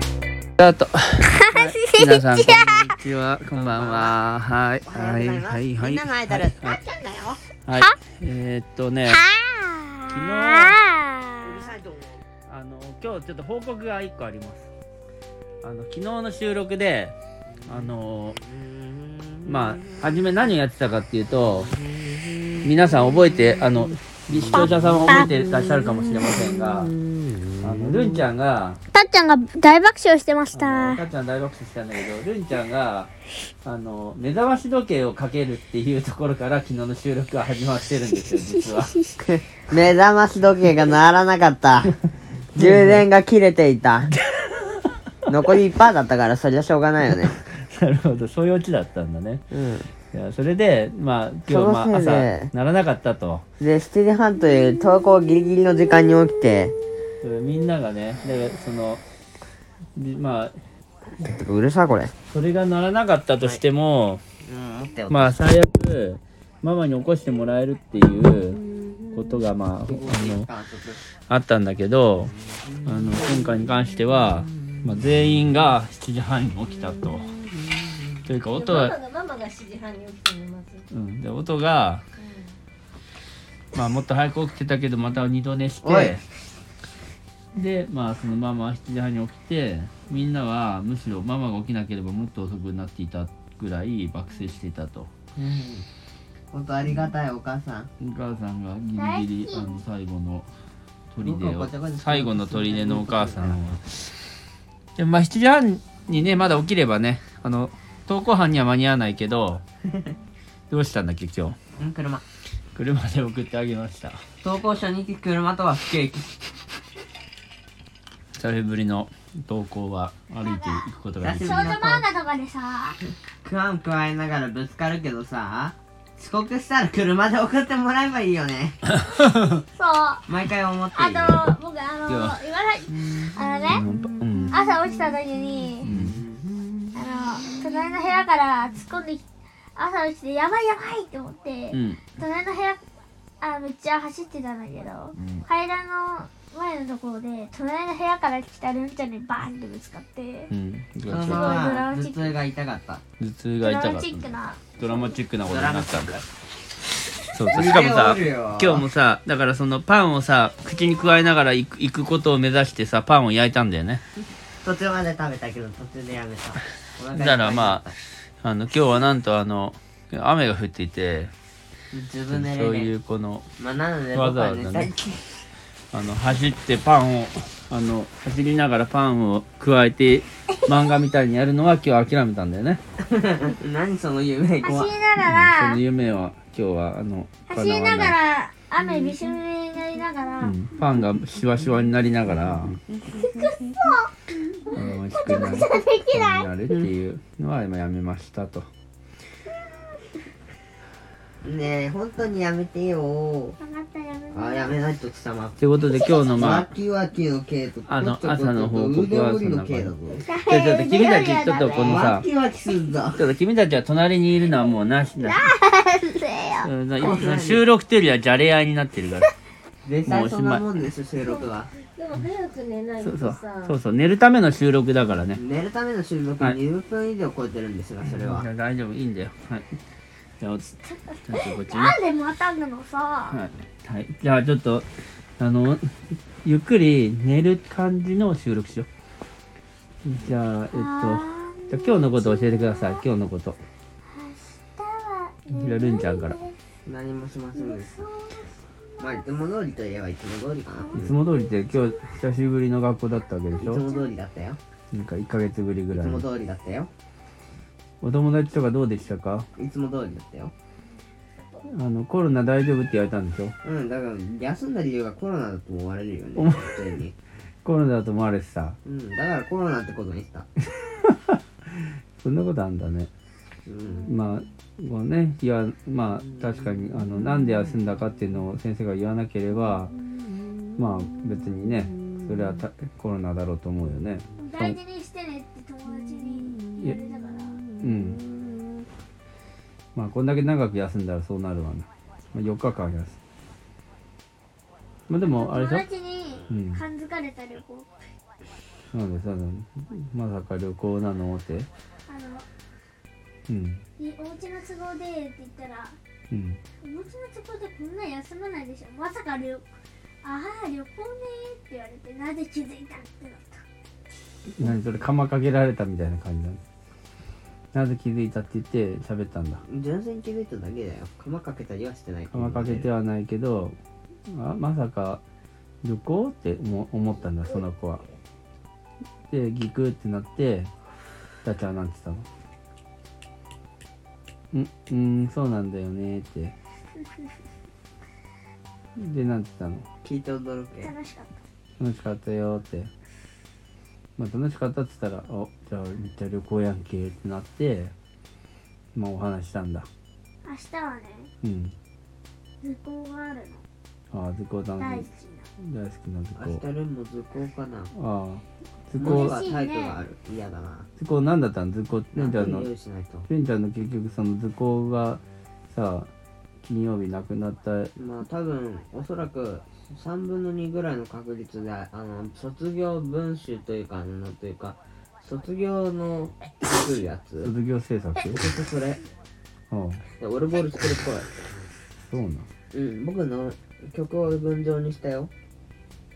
スタート。ちは皆 さん、こんにちは。こんばんは。はい。はい。はい。はい。みんなのアイドル。はいあっちゃんだよ。はい。えーっとね、昨日、うるはさいと思う。あの、今日ちょっと報告が一個あります。あの、昨日の収録で、あの、まあ、初め何をやってたかっていうと、皆さん覚えて、あの、視聴者さんは覚えてらっしゃるかもしれませんが、あの、ルンちゃんが、たっちゃんが大爆笑してましあのたたっちゃん大爆笑したんだけど、るんちゃんが、あの、目覚まし時計をかけるっていうところから昨日の収録は始まってるんですよ、実は。 目覚まし時計が鳴らなかった。充電が切れてい た。残り1%だったから、そりゃしょうがないよね。なるほど、そういうオチだったんだね。うん。いやそれで、まあ、今そ日、のまあ、せいで朝、ならなかったと。で、7時半という投稿ギリギリの時間に起きて、それみんながね、でその、でまあ、てかうるさいこれ。それがならなかったとしても、うん、持ってよ。まあ、最悪、ママに起こしてもらえるっていうことが、まあ、あの、あったんだけどあの今回に関しては、まあ、全員が7時半に起きたと。というか音はママが7時半に起きてます。うん、で音が、まあ、もっと早く起きてたけどまた二度寝しおいてでまあそのママは7時半に起きてみんなはむしろママが起きなければもっと遅くなっていたぐらい爆睡していたと。本当ありがたいお母さん。お母さんがギリギリあの最後の砦僕はをこちらこそ最後の砦のお母さんをでまあ7時半にねまだ起きればねあの登校班には間に合わないけ どどうしたんだっけ今日うん、車。車で送ってあげました投稿者に車とは不景気。久しぶりの登校は歩いていくことができ久るし少ぶ女り漫画とかでさクワン加えながらぶつかるけどさ、遅刻したら車で送ってもらえばいいよね。そうあ毎回思っている。と僕あのいや言わないあのねうん朝起きた時にあの隣の部屋から突っ込んでき朝起きてやばいやばいって思って、うん隣の部屋あめっちゃ走ってたんだけど、ん階段の前のところで隣の部屋から来たルンちゃんにバーンってぶつかって、うんそのま頭ま頭痛が痛かった。痛ドが痛ラかマっチたックなドラマチックなことになったんだドラマそうそれしかもさそれは今あるよ日もさだからそのパンをさ口に加えながら行く行くことを目指してさパンを焼いたんだよね途中まで食べたけど途中でやめた。お 腹いっぱいだからまああの今日はなんとあの雨が降っていて自そう分でレいベうこのまあなのでわ僕ざわはざねね最近あの走ってパンをあの走りながらパンを加えて漫画みたいにやるのは今日諦めたんだよね 何その夢怖走いりながそらの夢は今日はあの走りな叶わがいら雨びしょ濡れになりながら、うんパンがシワシワになりながらくそ美味しくなるできないなるっていうのは今やめましたとねえ本当にやめてよ分かったやめあやめないと貴様ということで今日のまワあキワキの系とあのこっちょこっちょ朝の報告はそんな感じ腕折りの系だぞちょっと君たちちょっとこのワさキワキすんだちょっと君たちは隣にいるのはもうなしだうんな今その収録というよりはじゃれ合いになってるから絶対そんなもんでしょ収録はでも早く寝な いそうとそうさ。そうそう寝るための収録だからね寝るための収録はい20分以上超えてるんですがそれはいや大丈夫いいんだよはいじゃあおつちょっとこっちねなんでまたぐのさ、はい、はい、じゃあちょっとあのゆっくり寝る感じの収録しようじゃあえっとじゃあ今日のこと教えてください今日のことじゃあるんちゃんからい何もしませんでしたまあいつも通りといえばいつも通りかないつも通りで今日久しぶりの学校だったわけでいしつょも通りだったよなんか1ヶ月ぶりぐいらついも通りだったよお友達とかどうでしたかいつも通りだったよあのコロナ大丈夫って言われたんでしょうんだから休んだ理由がコロナだと思われるよね思普通にコロナだと思われてさうんだからコロナってことにしたそんなことあんだねうんまあこうねいやまあ確かにあのなんで休んだかっていうのを先生が言わなければまあ別にねそれはたコロナだろうと思うよね大事にしてねって友達に言われたからうんまあこんだけ長く休んだらそうなるわな、まあ、4日間休むまあでもあれ友でしょ達にうん感づかれた旅行なんでさまさか旅行なのってあのうんいお家の都合でって言ったらうんお家の都合でこんな休まないでしょまさか旅ああ旅行ねって言われてなぜ気づいたってなった何それかまかけられたみたいな感じなのなぜ気づいたって言って喋ったんだ純粋に気づいただけだよ釜かけたりはしてないかまかけてはないけどあまさか旅行って思思ったんだその子はでギクってなってダチャはなんて言ったのんうーんそうなんだよねってでなんて言ったの聞いて驚け楽しかった楽しかったよって、まあ、楽しかったって言ったら「おじゃあめっちゃ旅行やんけ」ってなってまあお話したんだ明日はねうん図工があるああ図工の大楽好しきみ大好きな図明日工ルンも図工かなああ図も工しはタイプがある嫌だな図工何だったの図工レンちゃんのなんか用意しないとレンちゃんの結局その図工がさ金曜日なくなったまあ多分おそらく3分の2ぐらいの確率であの卒業文集というかあのというか卒業の作るやつ卒業制作あちょっとそれあでオルゴール作るっそうなんぽいうん僕の曲を群像にしたよ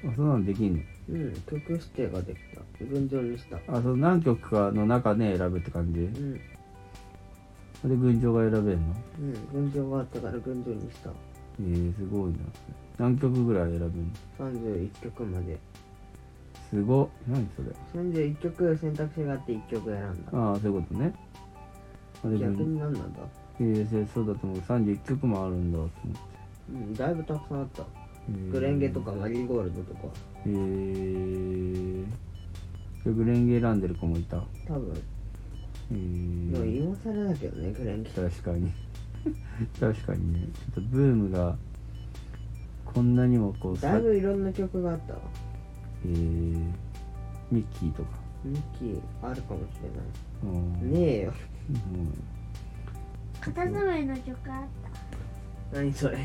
あそんなのできんのうん曲指定ができた群像にしたあその何曲かの中ね選ぶって感じでうん群青が選べるのうん群像があったから群像にしたえー、すごいな何曲ぐらい選ぶの31曲まですごっ何それ31曲選択肢があって1曲選んだああそういうことねあで逆もに何なんだえー、それそうだと思う31曲もあるんだと思ってうんだいぶたくさんあったえーグレンゲとかマリーゴールドとかえー、それグレンゲ選んでる子もいた多分えでもー、今更だけどねグレンゲ確かに 確かにねちょっとブームがこんなにもこうさだいぶいろんな曲があったわえー、ミッキーとかミッキーあるかもしれなうんいねえよ うん片付めの曲あった何それ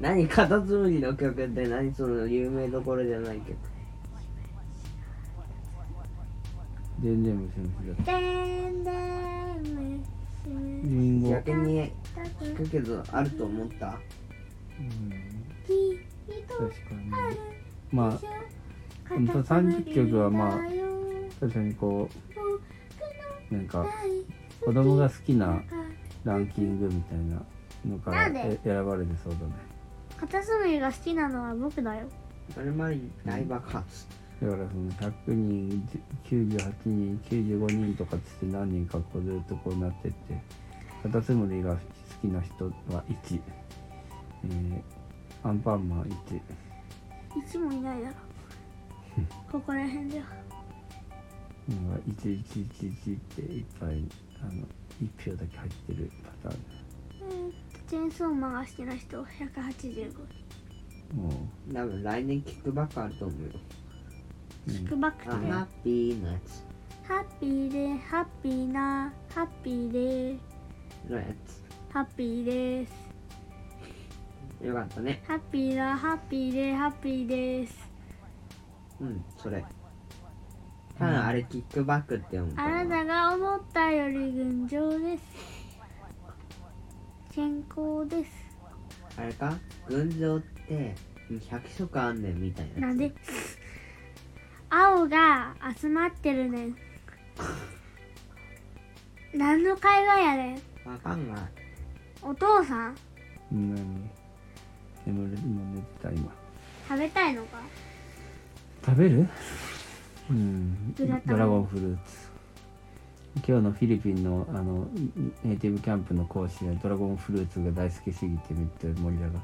何カタツムリの曲って何その有名どころじゃない曲全然無視無視だでんでんリむンゴ逆にすた聞くけどあると思ったうんきと確かにあるまあうんと30曲はまあ確かにこうなんか子供が好きなランキングみたいなのからなんでえ選ばれてそうだね片隅が好きなのは僕だよそれまでに大爆発だからその100人98人95人とかつって何人かこうずっとこうなってってカタツムリが好きな人は1、えーアンパンマン1一もいないだろここら辺ではなんか1111っていっぱいあの1票だけ入ってるパターえーっとチェーンソーマンが好きな人185ンもう多分来年キックバックあると思うよキックバックあとねハッピーのやつハッピーでハッピーなハッピーでのやつハッピーですよかったねハッピーなハッピーでハッピーですうんそれただあれキックバックって思うあなたが思ったより群青です健康ですあれか群青って100色あんねんみたいななやつんで青が集まってるねん何の会話やねんわかんないお父さんうん何眠れ今寝てた今食べたいのか食べるうんグラタドンラゴンフルーツ今日のフィリピンのあのネイティブキャンプの講師がドラゴンフルーツが大好きすぎてめっちゃ盛り上がっよ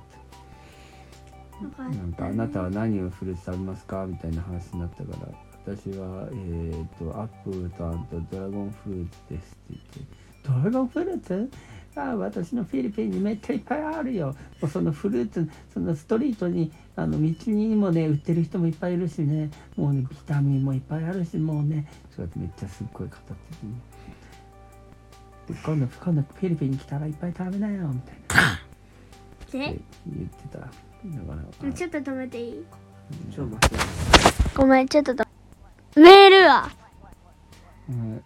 かたったなんか「あなたは何をフルーツ食べますか?」みたいな話になったから私は、えー、とアップルとあとドラゴンフルーツですって言って「ドラゴンフルーツああ私のフィリピンにめっちゃいっぱいあるよもうそのフルーツそのストリートにあの道にもね売ってる人もいっぱいいるしねもうねビタミンもいっぱいあるしもうねそうやってめっちゃすっごい語ってて、ね、で今度今度フィリピンに来たらいっぱい食べなよみたいなっでて言ってただからあちょっと止めていいちょ待ってごめんちょっととメールはうんっ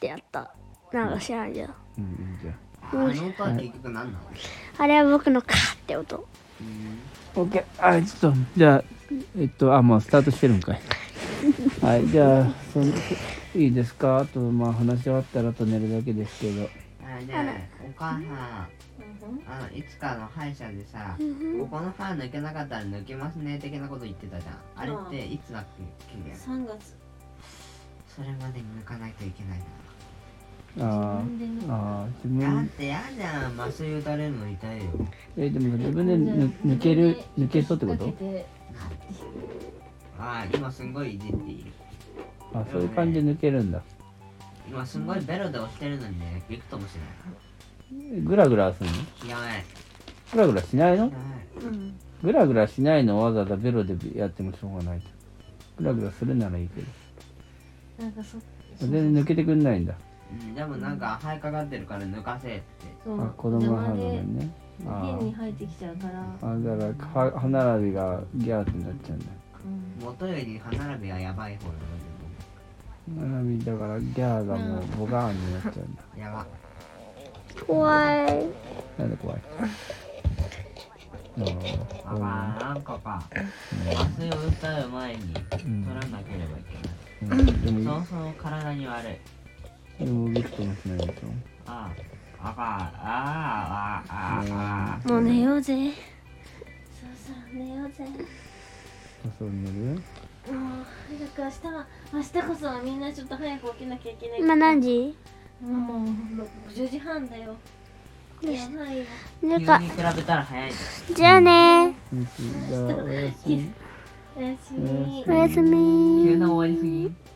てやった。なんか知らんけど。うんじゃああの音は結局何なのあれは僕のカーって音。オッケーはいちょっとじゃあえっとあもうスタートしてるんかいはいじゃあそんいいですかあとまあ話し終わったらあと寝るだけですけどあれね、お母さん、あのいつかの歯医者でさ、ここの歯抜けなかったら抜けますね的なこと言ってたじゃん。あれっていつだっけ？期限三月。それまでに抜かないといけないな。あ自分でーあー自だっ分てやじゃん、麻酔打たれるの痛いよ。えでも自分でぬ抜ける抜けそうってことあー、今すんごいいじっている。あそういう感じで抜けるんだ今すんごいベロで押してるのにね、びくともしなグラグラするのい。やばい、グラグラしないのやうん。グラグラしないのをわざわざベロでやってもしょうがないとグラグラするならいいけどなんかそ。全然抜けてくんないんだばい。うん、でもなんか肺かかってるから抜かせって。そうあ子供は歯が邪ねあ魔で変に入ってきちゃうから。あだから歯歯並びがギャーってなっちゃうんだうん。元より歯並びがやばい方なの歯並びだからギャーがもうボガーンになっちゃうんだでもやば。怖い。なんで怖いあパパ、なんかか、麻酔を打う前に取らなければいけー、うん、でなもい。そうそう体に悪い。でもびくともしないでしょああ、あかああ、ああ、あもう寝ようぜ。そうそう、寝ようぜ。そう寝るもう早く明日は明日こそはみんなちょっと早く起きなきゃいけない。今何時もう十時半だよ。やばいよ。あ。なん急かに、比べたら早いでじゃあねうんじゃあおやすみおやすみ。おやすみ急な終わりすぎ。